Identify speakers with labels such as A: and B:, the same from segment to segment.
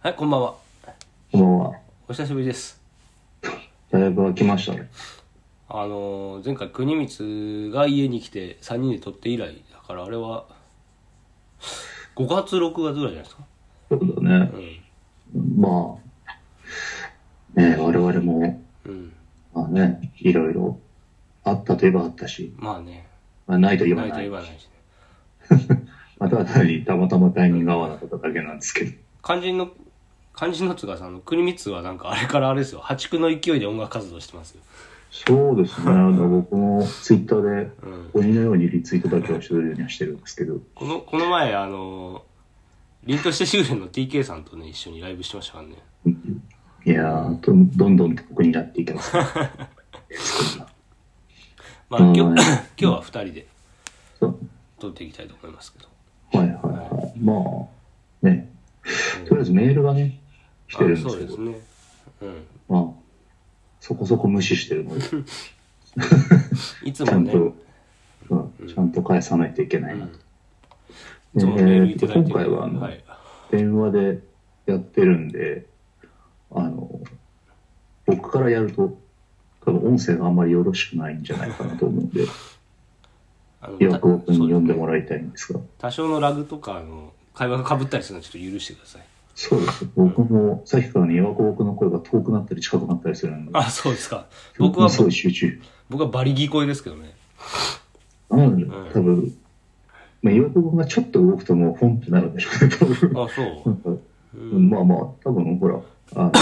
A: はい、こんばんは。
B: こんばんは。
A: お久しぶりです。
B: だいぶ空きましたね。
A: あのー前回国光が家に来て3人で撮って以来だからあれは5月6月ぐらいじゃないですか
B: そうだね
A: う。ん
B: まあ、ね我々も、
A: うん
B: まあね、いろいろあったといえばあったし、
A: まあね
B: まあ、ないと言わ
A: ないと
B: な
A: 言
B: い。
A: わないしね
B: まあ、ただ単にたまたまタイミングが合わなかっただけなんですけど。
A: 肝心の肝心のつうかさあの国光はなんかあれからあれですよ破竹の勢いで音楽活動してますよ
B: そうですね。あの僕もツイッターで
A: うん
B: 鬼のようにリツイートだけはしてるようにはしてるんですけど、
A: このこの前あのー凛として修練の TK さんとね一緒にライブしてましたからね
B: いやー、どんどんどん酷になってい きます、ね。
A: まあ今日
B: うん
A: 今日は2人で
B: そう
A: 撮っていきたいと思いますけど
B: はいはいはい。まあ、ね、とりあえずメールがね、来てるんで
A: あ
B: す
A: そう
B: け
A: です
B: ど、
A: ねうん
B: まあ、そこそこ無視し てるので、ち
A: いつ
B: ゃ
A: も
B: ん
A: ね、
B: と、うんちゃんと返さないといけないな。
A: いつも
B: で
A: メール
B: え
A: い
B: ー
A: た
B: と
A: だいて
B: 今
A: る
B: 回はあの、
A: はい、
B: 電話でやってるんで、あの、僕からやると、多分音声があんまりよろしくないんじゃないかなと思う んで、
A: あの
B: 岩久保君に呼んでも
A: ら
B: らいたいんですが、
A: 多少のラグとかあの会話がかぶったりするのはちょっと許してください
B: そうです。僕も、さっきからね、岩久保君の声が遠くなったり近くなったりするんで、
A: あそうですか僕は
B: すごい集中。
A: 僕はバリギ声ですけどね
B: うん、多分、まあ、洋服がちょっと動くともう、本ってなるんでしょうね、多分。
A: あそうう、
B: うんん、まあまあ、多分、ほら、 あの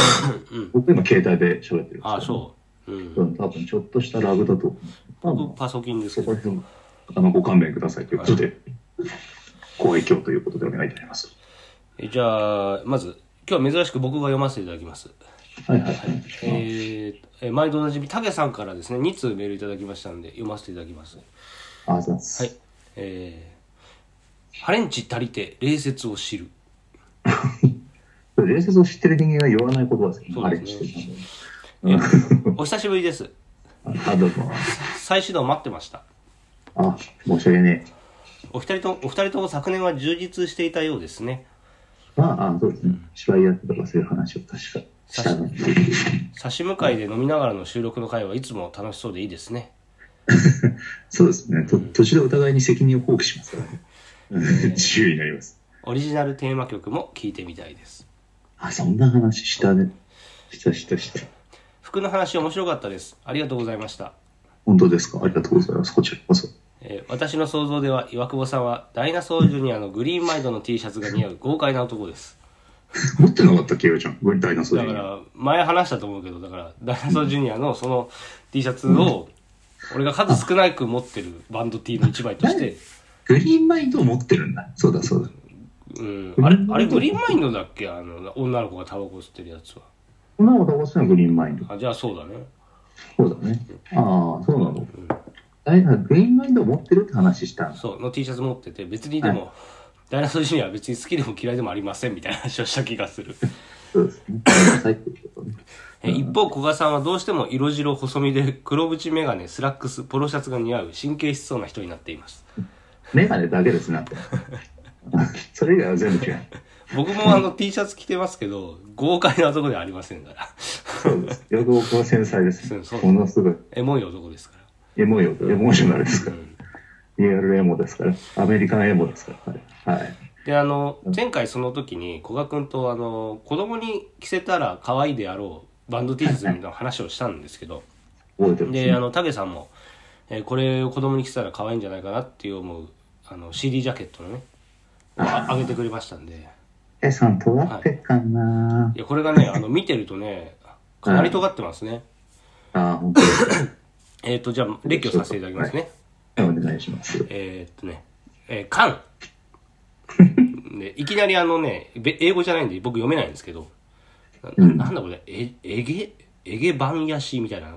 A: うん、
B: 僕今、携帯で喋ってるんですけど、
A: あそう、うん
B: うん、多分、ちょっとしたラグだと、多分
A: 僕、パソキンです
B: そ
A: け
B: こ
A: ど
B: ら辺、あの、ご勘弁くださいということで、ご影響ということでお願いいたします。
A: えじゃあまず今日は珍しく僕が読ませていただきます
B: はいはいはい。
A: えーえ毎度おなじみたけさんからですね2通メールいただきましたので読ませていただきます
B: あざっす。
A: はい。えー、ハレンチ足りて礼節を知る。
B: 伝説を知ってる人間が言わない言葉ですね。
A: そ
B: あ
A: う
B: れ
A: で
B: 知
A: す
B: って
A: ね
B: る
A: えーお久しぶりです。
B: あ、どうも。
A: 再始動待ってました。
B: あ、申し訳ねえ。
A: お二人とお二人とも昨年は充実していたようですね。
B: まあ、あ、そうですね。芝居やってとかそういう話を確かしたので。
A: 差し向かいで飲みながらの収録の会はいつも楽しそうでいいですね。
B: そうですね。と途中でお互いに責任を放棄しますからね。 うん注意になります。
A: オリジナルテーマ曲も聴いてみたいです。
B: あ、そんな話したね。したしたした。
A: 服の話面白かったです。ありがとうございました。
B: 本当ですかありがとうございます。こちらこそ。
A: えー私の想像では岩久保さんはダイナソージュニアのグリーンマイドの T シャツが似合う豪快な男です。
B: 持ってなかったっけよちゃん。ごめんダイナソー
A: だ
B: ジ
A: か
B: ュニア。
A: ら前話したと思うけどだからダイナソージュニアのその T シャツを俺が数少なく持ってるバンド T の一枚として、
B: グリーンマインドを持ってるんだ。そうだそうだ。
A: うん、あれあれグリーンマインドだっけあの女の子がタバコ吸ってるやつは
B: こんなことがすのはグリーンマインド。
A: あじゃあそうだね
B: そうだね。ああ、そうなの。ダイナグリーンマインドを持ってるって話したんだ。
A: そうの T シャツ持ってて別にでも、ダイナソージュニアは別に好きでも嫌いでもありませんみたいな話をした気が する
B: そうです ね。ごめんなさいってことね
A: え一方古賀さんはどうしても色白細身で黒縁眼鏡スラックスポロシャツが似合う神経質そうな人になっています
B: メガネだけです なって。それ以外は全部違う。
A: 僕もあ の T シャツ着てますけど豪快な男ではありませんから
B: そうです。よく僕は繊細です
A: そうそう。
B: ものすごい。
A: エモい男ですか。
B: エモいよ、エモーショナルですからら。リアルエモですから。アメリカンエモですから。はい。はい、
A: で、あの、前回その時に古賀君とあの、子供に着せたら可愛いであろうバンド T シャツみたいな話をしたんですけど、
B: 覚えてます、
A: で、あの、タケさんも、えーこれを子供に着せたら可愛いんじゃないかなっていう思う、あの、CD ジャケットのね、ああげてくれましたんで、
B: えさん、尖ってっかない
A: や、これがね、あの、見てるとね、かなり尖ってますね。
B: ああ、本当ですか。
A: えっ、と、じゃあ、列挙させていただきますね。
B: お願いします。
A: えーっとね、えー、カ ンでいきなりあのね、べ英語じゃないんで僕読めないんですけど、な
B: うん
A: なんだこれ、え、えげ、えげ番やしみたいな。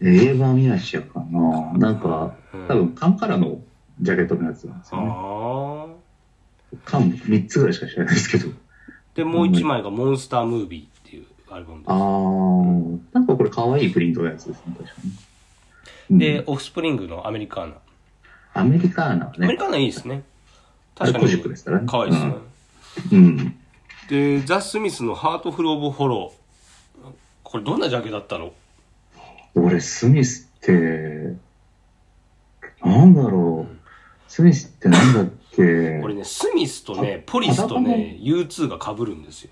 B: 映画見なしやかななんか、多分、缶からのジャケットのやつなんですよね。
A: ああ。
B: 缶3つぐらいしか知らないですけど。
A: で、もう一枚がモンスタームービーっていうアルバム
B: あー、なんかこれ可愛いプリントのやつですね、確かに。
A: で。
B: う
A: で、
B: ん、
A: オフスプリングのアメリカーナ。
B: アメリカーナは
A: アメリ
B: ね、
A: カーナいいですね。
B: あれ
A: 確か
B: コジッ
A: に
B: クで。すからね。
A: 可愛いですね。
B: うん。
A: で、ザ・スミスのハートフル・オブ・ホロー。これどんなジャケだったの
B: 俺、スミスって、なんだろう。スミスってなんだっけ
A: これね、スミスとね、ポリスとね、U2 が被るんですよ。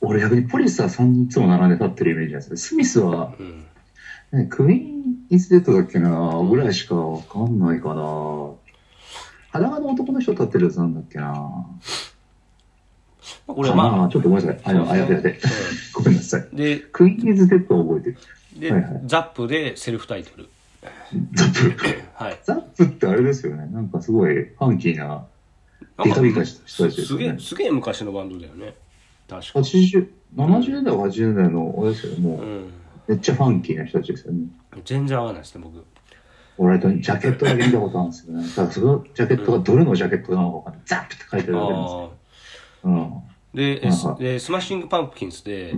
B: 俺逆にポリスは3人いつも並んで立ってるイメージなんですけど、スミスは、
A: うん。
B: ねクイーン・イズ・デッドだっけなぐらいしかわかんないかな裸の男の人立ってるやつなんだっけな
A: これま
B: あーちょっとごめんなさい。あの、あやべやべ
A: あ。、
B: ごめんなさい。
A: うんで、
B: クイーン・イズ・デッドは覚えてる。
A: で
B: はいはい、
A: ザップでセルフタイトル。
B: ザップ。
A: はい。
B: ザップってあれですよね。なんかすごいファンキーな、
A: なん
B: ビ
A: か
B: カビカした人たちですす
A: げ
B: よ
A: え
B: ね、。
A: すげえ昔のバンドだよね。確か。
B: 80、70年代、80年代の、あれですよね。も
A: う
B: う、
A: ん。
B: めっちゃファンキーな人たちですよね。
A: 全然合わないですね、僕。
B: 俺とジャケットだけ見たことあるんですよね。ただそのジャケットがどれのジャケットなのかわかんない。ザップって書いてあるだけなんですよ。
A: ああ。
B: うん。
A: で、え
B: はい
A: す
B: はい
A: でスマッシングパンプキンスで、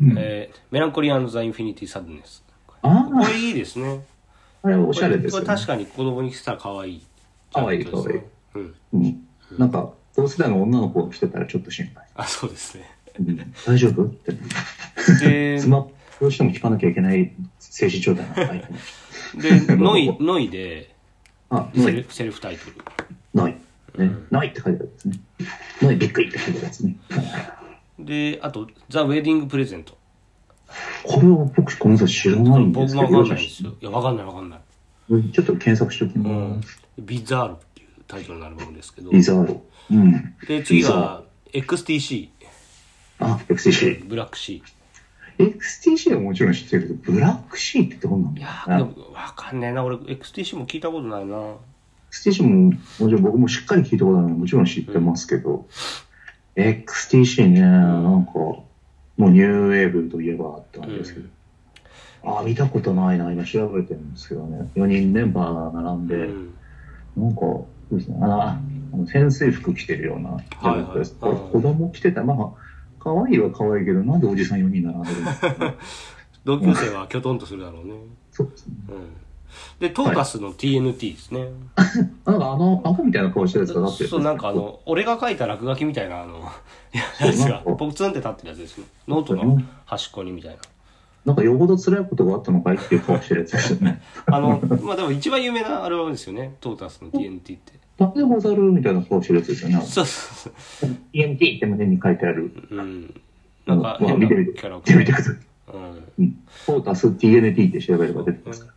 B: うん
A: えーメランコリアンザ・インフィニティ・サドネス。
B: あ
A: こ
B: あ、
A: れいいですね。
B: あれおしゃれです
A: こ
B: よ、
A: れ
B: ね
A: これ。確かに子供に着てたら可愛い。
B: 可愛い可愛い
A: うん。
B: うん。なんか、同世代の女の子が来てたらちょっと心配。
A: あ、そうです ね。
B: うん大丈夫って。
A: で
B: ス、マップどうしても聞かなきゃいけない精神状態なのはい。
A: で、ノイ、ノイで、
B: あ、な
A: セル
B: い、
A: フセルフタイトル。
B: ない。ね、ないって書いてあるんですね。ない、びっくりって書いてあるんですね。
A: で、あと、ザ・ウェディング・プレゼント。
B: これは僕、この人知らないんで
A: 僕
B: す
A: も
B: け
A: わ
B: ど、
A: かんないですよ。いや、わかんないわかんない。
B: ちょっと検索しておき
A: う
B: ま
A: ん
B: す。。
A: ビザールっていうタイトルのアルバムですけど。
B: リザード。うん。
A: で、次
B: ビザ
A: は、XTC、
B: あ、XTC。
A: ブラックシー。
B: XTC はもちろん知ってるけど、ブラックシーってどんなん
A: いや
B: だ
A: ー、で
B: ろうな。
A: もわかんねえな。俺、XTC も聞いたことないな。
B: XTC も、もちろん僕もしっかり聞いたことあるので、もちろん知ってますけど、XTC ね、なんか、もうニューウェーブといえばあったんですけど、あ見たことないな、今調べてるんですけどね、4人メンバーが並んで、
A: うん
B: なんか、そうですね、あの、ああの潜水服着てるような、
A: はいはい
B: ですこれ子供着てた、まあ、可愛いは可愛いけど、なんでおじさん4人並んでる んですか、
A: 同級生はきょとんとするだろうね。
B: そうですね。
A: うん。で、トーカスの TNT ですね。
B: なんかあの、アホみたいな顔してるやつがなってる
A: そう、なんかあ、の、俺が書いた落書きみたいな、あの、やつが、ポツンって立ってるやつですね。ノートの端っこにみたいな。
B: なんかよほど辛いことがあったのかいっていう顔してるやつですよね。
A: あの、まあでも一番有名なアルバムですよね。トータスの TNT って。
B: なんでござるみたいな顔してるやつですよね。
A: そうそう
B: EMT って胸に書いてある。
A: そう。うん。なんか
B: まあ
A: 変な
B: 見
A: キ
B: てみて
A: ャラク
B: 見
A: タ
B: てみて
A: ー。
B: ください。
A: うん。
B: うん。フォータス TNT って調べれば出てきますから。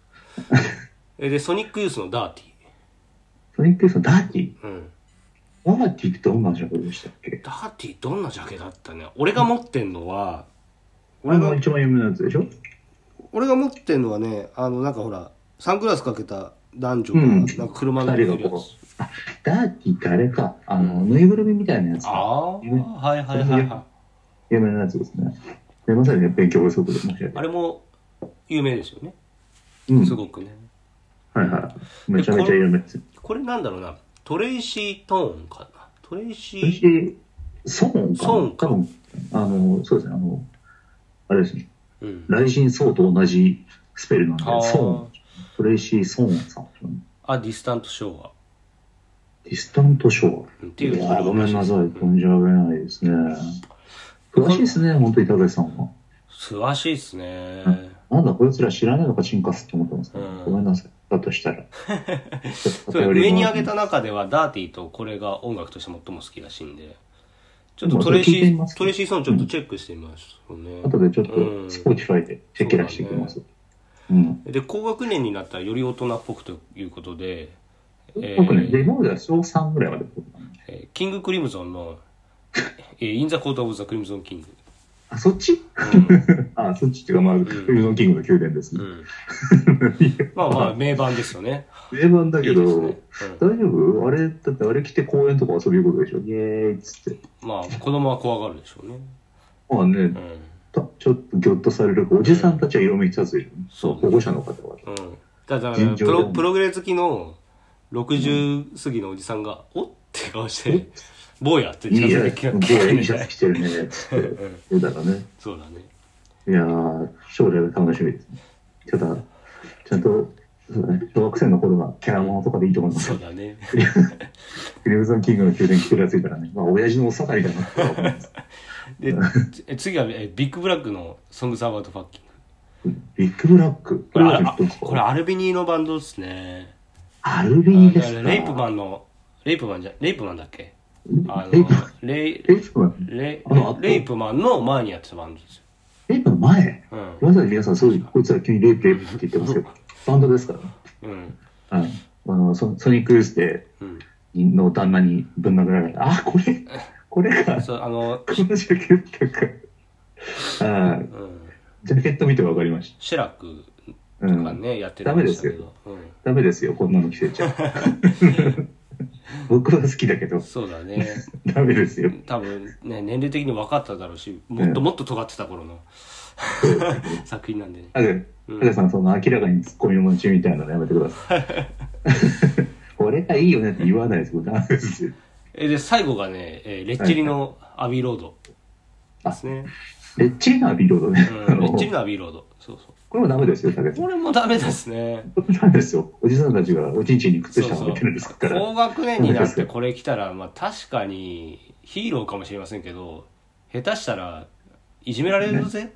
A: えで、ソニックユースのダーテ
B: ソニックユースのダーティー。
A: ィー。うん。
B: ダーティーってどんなジャンルでしたっけ
A: ダーティーどんなジャケだったね。俺が持ってんのは、
B: あ
A: 俺が
B: の一番有名なやつでしょ
A: 俺が持ってんのはねあのなんかほらサングラスかけた男女が、
B: う
A: な
B: ん
A: んか車の
B: 二
A: 中に
B: 人
A: いるや
B: がこ
A: つ
B: う。あ、ダーティーってあれか。あの、ぬいぐるみみたいなやつ
A: あ
B: か。
A: あ
B: うん
A: はいはいはいは
B: 有名なやつですね。で、まさにね、勉強不足で申し訳
A: いあ
B: ない。
A: れも有名ですよね
B: うん。
A: すごくね
B: はいはい。めちゃめちゃ有名です。
A: これなんだろうなトレイシー・トーンかなトレイシー
B: 私、ソーンかな。
A: ソーンか
B: 多分、あの、そうですね、あの、あれですね、
A: うん
B: 雷神ソーと同じスペルなんで、
A: あー
B: ソーン、トレイシー・ソーンさん。
A: あディスタント・ショーは
B: ディスタントショ
A: うんってい
B: ー。
A: う
B: いやーごめんなさい、
A: うん
B: 存じ上げないですね。詳しいですね、本当に高橋さんは。
A: 素晴らしいですね、
B: なんだ、こいつら知らないのか、チンカスって思ってますね
A: うん。
B: ごめんなさい、だとしたら。
A: そう上に挙げた中ではダーティーとこれが音楽として最も好きらしいんでちょっとトレイシ
B: まあそれ聞いてみます
A: ートレイシー・ソーンちょっとチェックしてみましょうね、
B: 後でちょっ
A: う
B: と、
A: ん
B: スポーティファイでチェック出していきます。うん。
A: で高学年になったらより大人っぽくということで、えー
B: 僕ね、で今までは小3ぐらいまで僕なんで
A: えーキングクリムゾン の「えーイン・ザ・コート・オブ・ザ・クリムゾン・キング
B: あ、そっち」あ、そっちっていうか、まあ、ウィズンキングの宮殿です
A: うん、う
B: ね。
A: ん、まあまあ名盤ですよね
B: 定番だ
A: い
B: け
A: い
B: ど、
A: ですね、
B: 大丈夫あれ、だってあれ来て公園とか遊び行くことでしょイエーイっつって。
A: うん、まあ子供は怖がるでしょうね、
B: まあね
A: う、ん
B: たちょっとギョッとされるおじさんたちは色めき立つでしょ、
A: そう
B: 保護者の方は。
A: うん、だから
B: 尋常
A: プ
B: じゃない
A: ロプログレ好きの60過ぎのおじさんが「おっ?」て顔して「坊や」って
B: いい
A: 近
B: や、
A: づい
B: も
A: てきたきた
B: ういい
A: ね
B: シャ ツ着てるね、っつって。
A: うん
B: そうだろうね。
A: そうだね
B: いやー、将来が楽しみですね。ただ、ちゃんとそうだね、小学生の頃はキャラものとかでいいと思います
A: そ
B: よ
A: う。だね。
B: クリムゾンキングの宮殿着てるやついたらね、まあ、親父のお下がりだなとは思います。
A: で、え次はえビッグブラックの「ソングサバートファッキング」
B: ビッグブラック。
A: これあ
B: ビッ
A: あ
B: グブラック
A: これアルビニーのバンドですね。
B: アルビニ
A: あ
B: ですか。
A: レイプマンの、レイプマンじゃ、レイプマンだっけあ
B: レイ
A: の
B: プ、
A: レイ、
B: レイプマン。
A: レイ
B: あのあと
A: レイプマンの前にやってたバンドですよ。
B: レイプの前。
A: うん。
B: まさに皆さん、そうこいつら急にレイプレイプって言ってますけど、バンドですからね。
A: うん。
B: はい。あのソソニックユースで
A: うん。
B: の旦那にぶん殴られた。あ、これ、これか。こ
A: そう、あの、
B: のジャケットか。は
A: う
B: い。
A: ん。
B: ジャケット見てわかりまし
A: シェラク
B: た。う
A: とか
B: ん。
A: ね、やって
B: ダ
A: る
B: メ
A: ん
B: で
A: ですす
B: よ
A: けど。う
B: ダメですよ、こんなの着せちゃう。僕は好きだけど
A: ん。、そうだね。
B: ダメですよ。
A: 多分ね、年齢的に分かっただろうし、もっともっと尖ってた頃の 作品なんでね。
B: あで、
A: うん
B: タケさん、その明らかに突っ込み持ちみたいなのやめてください。 これがいいよねって言わないですよ。ダメですよ。
A: えで、最後がね、えーレッチリのアビーロードですね。
B: レッチリのアビーロードね。
A: う
B: あ
A: ん、レ
B: の
A: ッチリのアビーロード。そうそう。
B: これもダメですよ、タケさん。
A: これもダメですね。
B: これダメですよ。おじさんたちがおちんちんに靴
A: そう
B: 下
A: そ
B: 履
A: う
B: いてるんですから。
A: 高学年になってこれ来たら、まあ確かにヒーローかもしれませんけど、下手したらいじめられるぜ。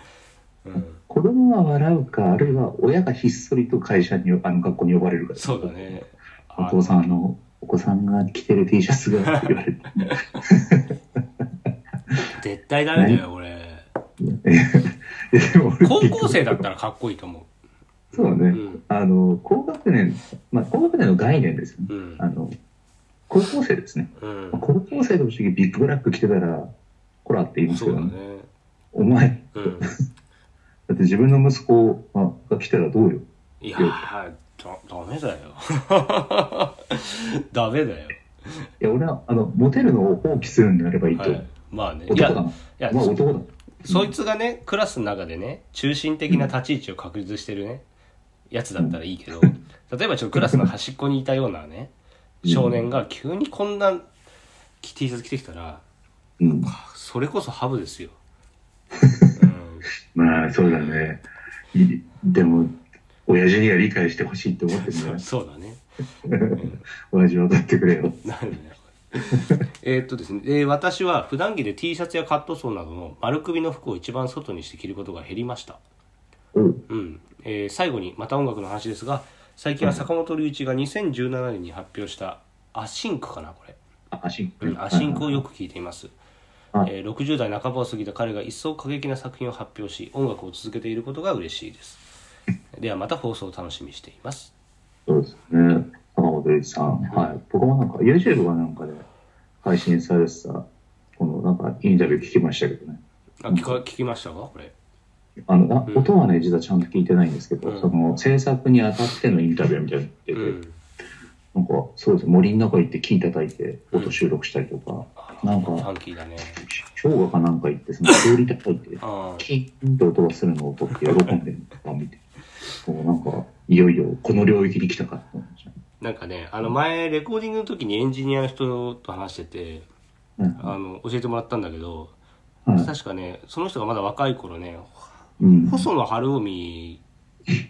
A: うん、
B: 子供は笑うか、あるいは親がひっそりと会社に、あの、学校に呼ばれるから。
A: そうだ。ね。
B: お父さん、あの、お子さんが着てる T シャ ツがって言われて。
A: あ絶対ダメだよ、これ。
B: でも俺
A: 高校生だったらかっこいいと思
B: そうだね。
A: うん
B: あの、高学年、まあ、高学年の概念ですよね。
A: う。うん
B: あ。の、高校生ですね。
A: うん。
B: 高校生の時ビッグブラック着てたら、こらって言います
A: そ
B: け
A: う
B: ど
A: だ
B: ね。
A: ね。
B: お前、
A: うん。
B: だって自分の息子がが来たらどうよ。
A: いやー、だ、ダメだよ。 ダメだよ。
B: いや、俺は、あの、モテるのを放棄するんであればいい
A: は
B: と。
A: い。まあね。いや、
B: 男だ
A: い
B: な。
A: や、
B: まあ男だ。
A: そいつがね、クラスの中でね、中心的な立ち位置を確立してるね、やつだったらいいけど、例えばちょっとクラスの端っこにいたようなね、
B: うん
A: 少年が急にこんな T シャツ着てきたら、
B: うん。
A: それこそハブですよ。うん
B: まあ、そうだね。いでも、親父には理解してほしいって思ってるんだ よ。
A: そうだね。
B: 親父は分かってくれよ。
A: なるね。えーっとですね、えー私は普段着で T シャツやカットソーなどの丸首の服を一番外にして着ることが減りました。
B: おう
A: うんえー最後にまた音楽の話ですが最近は坂本龍一が2017年に発表した「アシンク」かなこれ、
B: あアシン
A: うん
B: ク。
A: アシンクをよく聞いています、
B: はい
A: えー60代半ばを過ぎた彼が一層過激な作品を発表し音楽を続けていることが嬉しいですではまた放送を楽しみにしています
B: そうですね。坂本龍一さん。はい。僕もなんか、YouTube がなんかで配信されてた、このなんかインタビュー聞きましたけどね。
A: あ聞か聞きましたかこれ
B: あの、な
A: うん
B: 音はね、実はちゃんと聞いてないんですけど、
A: うん
B: その制作にあたってのインタビューみたいなのやって
A: う
B: て、
A: ん
B: なんか、そうです。森の中行って木叩いて音収録したりとか、なん
A: ファ
B: か、
A: ンキーだね
B: 氷河かなんか行って、その氷叩いて、
A: あー
B: キーンと音がするのを撮って喜んでるのを見て、もうなんか、いよいよこの領域に来たかって思いましたね。
A: なんかねあの前レコーディングの時にエンジニアの人と話してて
B: うん
A: あの教えてもらったんだけど
B: はい
A: 確かねその人がまだ若い頃ね
B: うん
A: 細野晴臣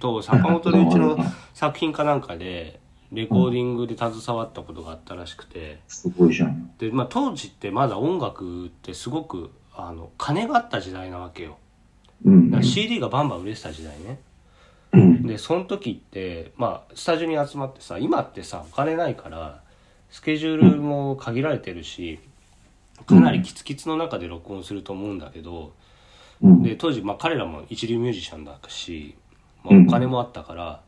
A: と坂本龍一の作品かなんかでレコーディングで携わったことがあったらしくて
B: すごいじゃん。
A: で、まあ、当時ってまだ音楽ってすごくあの金があった時代なわけよ
B: うん
A: だから CD がバンバン売れてた時代ね
B: うん
A: でその時ってまあスタジオに集まってさ今ってさお金ないからスケジュールも限られてるしかなりキツキツの中で録音すると思うんだけど、
B: うん
A: で当時、まあ、彼らも一流ミュージシャンだし、まあ、
B: うん
A: お金もあったから、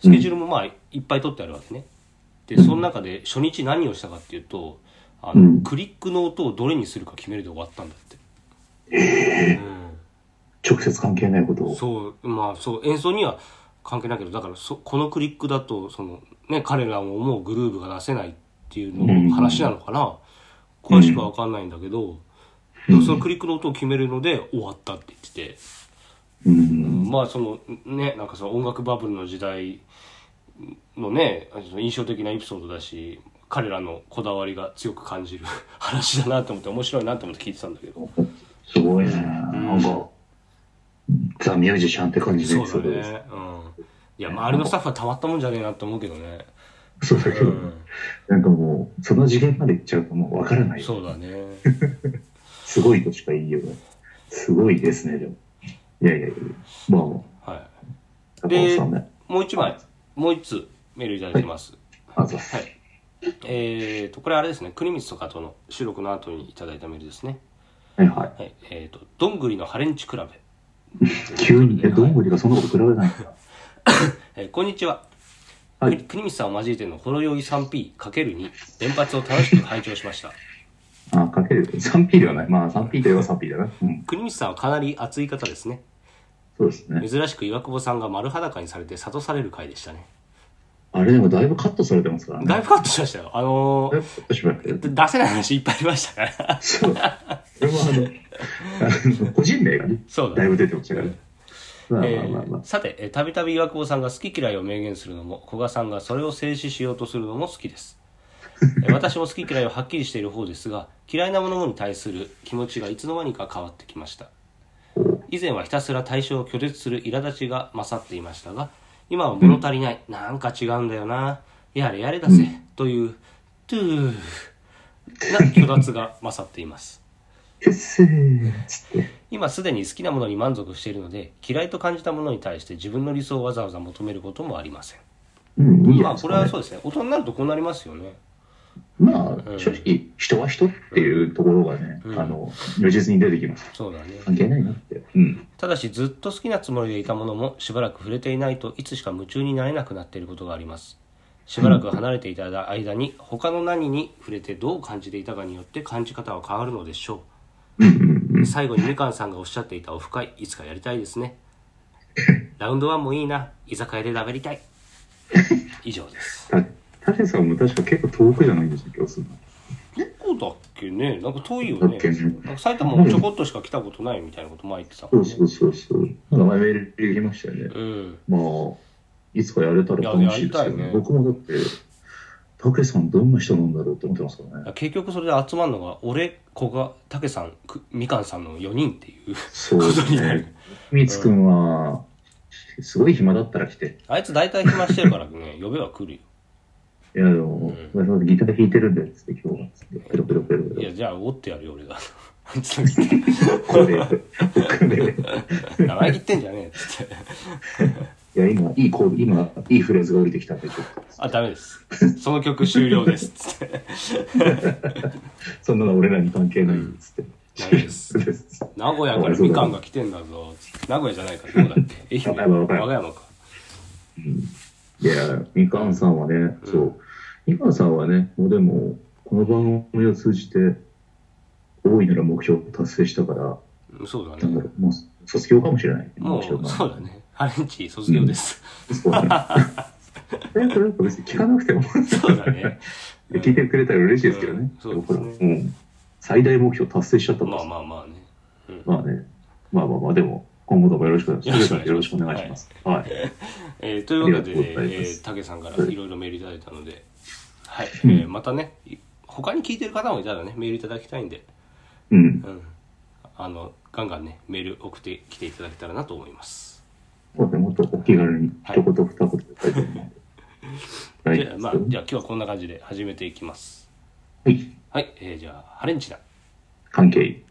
A: スケジュールもまあいっぱい取ってあるわけねでその中で初日何をしたかっていうとあの、
B: うん
A: クリックの音をどれにするか決めるで終わったんだって、
B: 直接関係ないこと
A: うん、
B: を。
A: そうまあそう演奏には関係ないけどだからそこのクリックだとその、ね、彼らも思うグルーヴが出せないっていうのの話なのかな、詳しくは分かんないんだけど、でもそのクリックの音を決めるので終わったって言ってて。
B: うん。
A: まあそのねなんかその音楽バブルの時代のねあの印象的なエピソードだし彼らのこだわりが強く感じる話だなと思って面白いなと思って聞いてたんだけど
B: すごいね。なんか、ザ・ミュージシャンって感じです
A: そうだ
B: ね。
A: ね、うん、いや、周りのスタッフはたまったもんじゃねえなって思うけどね。
B: そうだけ
A: う
B: ど、
A: ん。
B: なんかもう、その次元まで行っちゃうともうわからない。
A: そうだね。
B: すごいとしか言いようがない。すごいですね、でも。いやいやいや、まあま
A: は
B: あ、高
A: で
B: 尾さんね。
A: い。もう一枚、もう一通メールいただいてます。
B: あざっす。
A: はい。えーと、これあれですね、国光とかとの収録の後にいただいたメールですね。
B: はいは
A: はい。えーと、どんぐりのハレンチ比べ。
B: い。急に、え、どんぐりがそんなこと比べないから。
A: えーこんにちは。
B: はい
A: く国光さんを交えてのほろ酔い 3P×2 連発を楽しく拝聴しました。
B: あ、かける。3P ではない。まあ、3P といえば 3P だな。うん。
A: 国光さんはかなり熱い方ですね。
B: そうですね。
A: 珍しく岩久保さんが丸裸にされて諭される回でしたね。
B: あれでもだいぶカットされてますからね。
A: だいぶカットしましたよ。あの
B: だいぶカットしまったよ
A: ー、出せない話いっぱいありましたから。
B: そう。これもあの、あの個人名がね、
A: そうだ
B: だい
A: ね。
B: ぶ出てましたからね。まあ
A: え
B: まあまあまあ
A: ー。さて、えーたびたび岩久保さんが好き嫌いを明言するのも、古賀さんがそれを制止しようとするのも好きです。え ー私も好き嫌いをはっきりしている方ですが、嫌いなものに対する気持ちがいつの間にか変わってきました。以前はひたすら対象を拒絶する苛立ちが勝っていましたが、今は物足りない、なんか違うんだよな、やれやれだぜ、という、トゥーな虚脱が勝っています。
B: くっせーっつって。
A: 今すでに好きなものに満足しているので嫌いと感じたものに対して自分の理想をわざわざ求めることもありません
B: うん、いいじ
A: まあ
B: ゃないです
A: これ
B: か、
A: は
B: ね
A: そうですね大人になるとこうなりますよね
B: まあ、
A: うん
B: 正直、人は人っていうところがね、
A: うん
B: あの、如実に出てきます。
A: そうだね
B: 関係ないなって。うん。
A: ただしずっと好きなつもりでいたものもしばらく触れていないといつしか夢中になれなくなっていることがありますしばらく離れていた間に他の何に触れてどう感じていたかによって感じ方は変わるのでしょ
B: うんうんうん。
A: う最後にみかんさんがおっしゃっていたオフ会いつかやりたいですね ラウンド1もいいな居酒屋で食べりたい以上です
B: た、たけさんも確か結構遠くじゃないんでしたっけ、お住まい
A: どこだっけねなんか遠いよ
B: だ
A: ね
B: っけね
A: なんか埼玉もちょこっとしか来たことないみたいなこと前言ってたも
B: そ
A: ん
B: う
A: ね
B: そうそうそう。なんか前メールできましたよね。
A: うん
B: まあ、いつかやれたら楽
A: い
B: しいですけど
A: ややりたいね
B: ね。僕もだって、たけさんどんな人なんだろうって思ってますからね。
A: 結局それで集まるのが俺古賀武さんくみかんさんの4人っていう
B: そうで
A: ことに
B: す
A: なる
B: ね。みつくんは、すごい暇だったら来て。
A: あいつ大体暇してるからね呼べば来る
B: いや、でも、私ギター弾いてるんだよ、つって今日は。つってペロペロペロ
A: よい
B: ペロ。
A: やじゃあおってやるよ俺があい つのギ
B: これで、僕で。
A: ター名前切ってんじゃねえっつって
B: いや、今、いいコード、今、いいフレーズが降りてきたんで、ちょっと。
A: あダメですその曲終了ですっつって
B: そんなの俺らに関係ない、つって。
A: ダメです
B: そうです。
A: 名古屋からみかんが来てんだぞ っつって名古屋じゃないからどうだって 愛媛
B: 和歌山和
A: 和
B: 歌山
A: 歌山か
B: いや、みかんさんはね、そう。みかんさんはね、もうでも、この番組を通じて、大いなる目標を達成したから、
A: うんそうだ
B: なん
A: ね
B: だろう、もう卒業かもしれない。
A: も
B: 目標
A: う、
B: が
A: そうだね。ハレンチ卒業です。
B: そ うだね。え、それなんか別に聞かなくても、
A: そうだね。うん
B: 聞いてくれたら嬉しいですけどね。
A: うんそうです
B: ね。うん。最大目標達成しちゃったんで
A: ますあまあまあね。うん
B: まあね。まあまあまあ、でも、今後ともよろしくお願いします。
A: よ
B: よ
A: ろ
B: ろ
A: し
B: し
A: く
B: く
A: お
B: お
A: 願
B: 願
A: い
B: い
A: し
B: し
A: ま
B: ます。はい。
A: えーというわけ
B: ありがとうござい
A: で、え
B: ます
A: ー、たけさんからいろいろメールいただいたので、はい。え
B: うん
A: ーまたね、い他に聞いてる方もいたらね、メールいただきたいんで、
B: うん。
A: うん。あの、ガンガンね、メール送ってきていただけたらなと思います。
B: そうですね、もっとお気軽に、
A: はい
B: 一言二言で書いてもらえ
A: じゃ
B: たら
A: あ、
B: い
A: まあ、じゃあ今日はこんな感じで始めていきます。
B: はい。
A: はい。えーじゃあ、ハレンチだ。
B: 関係。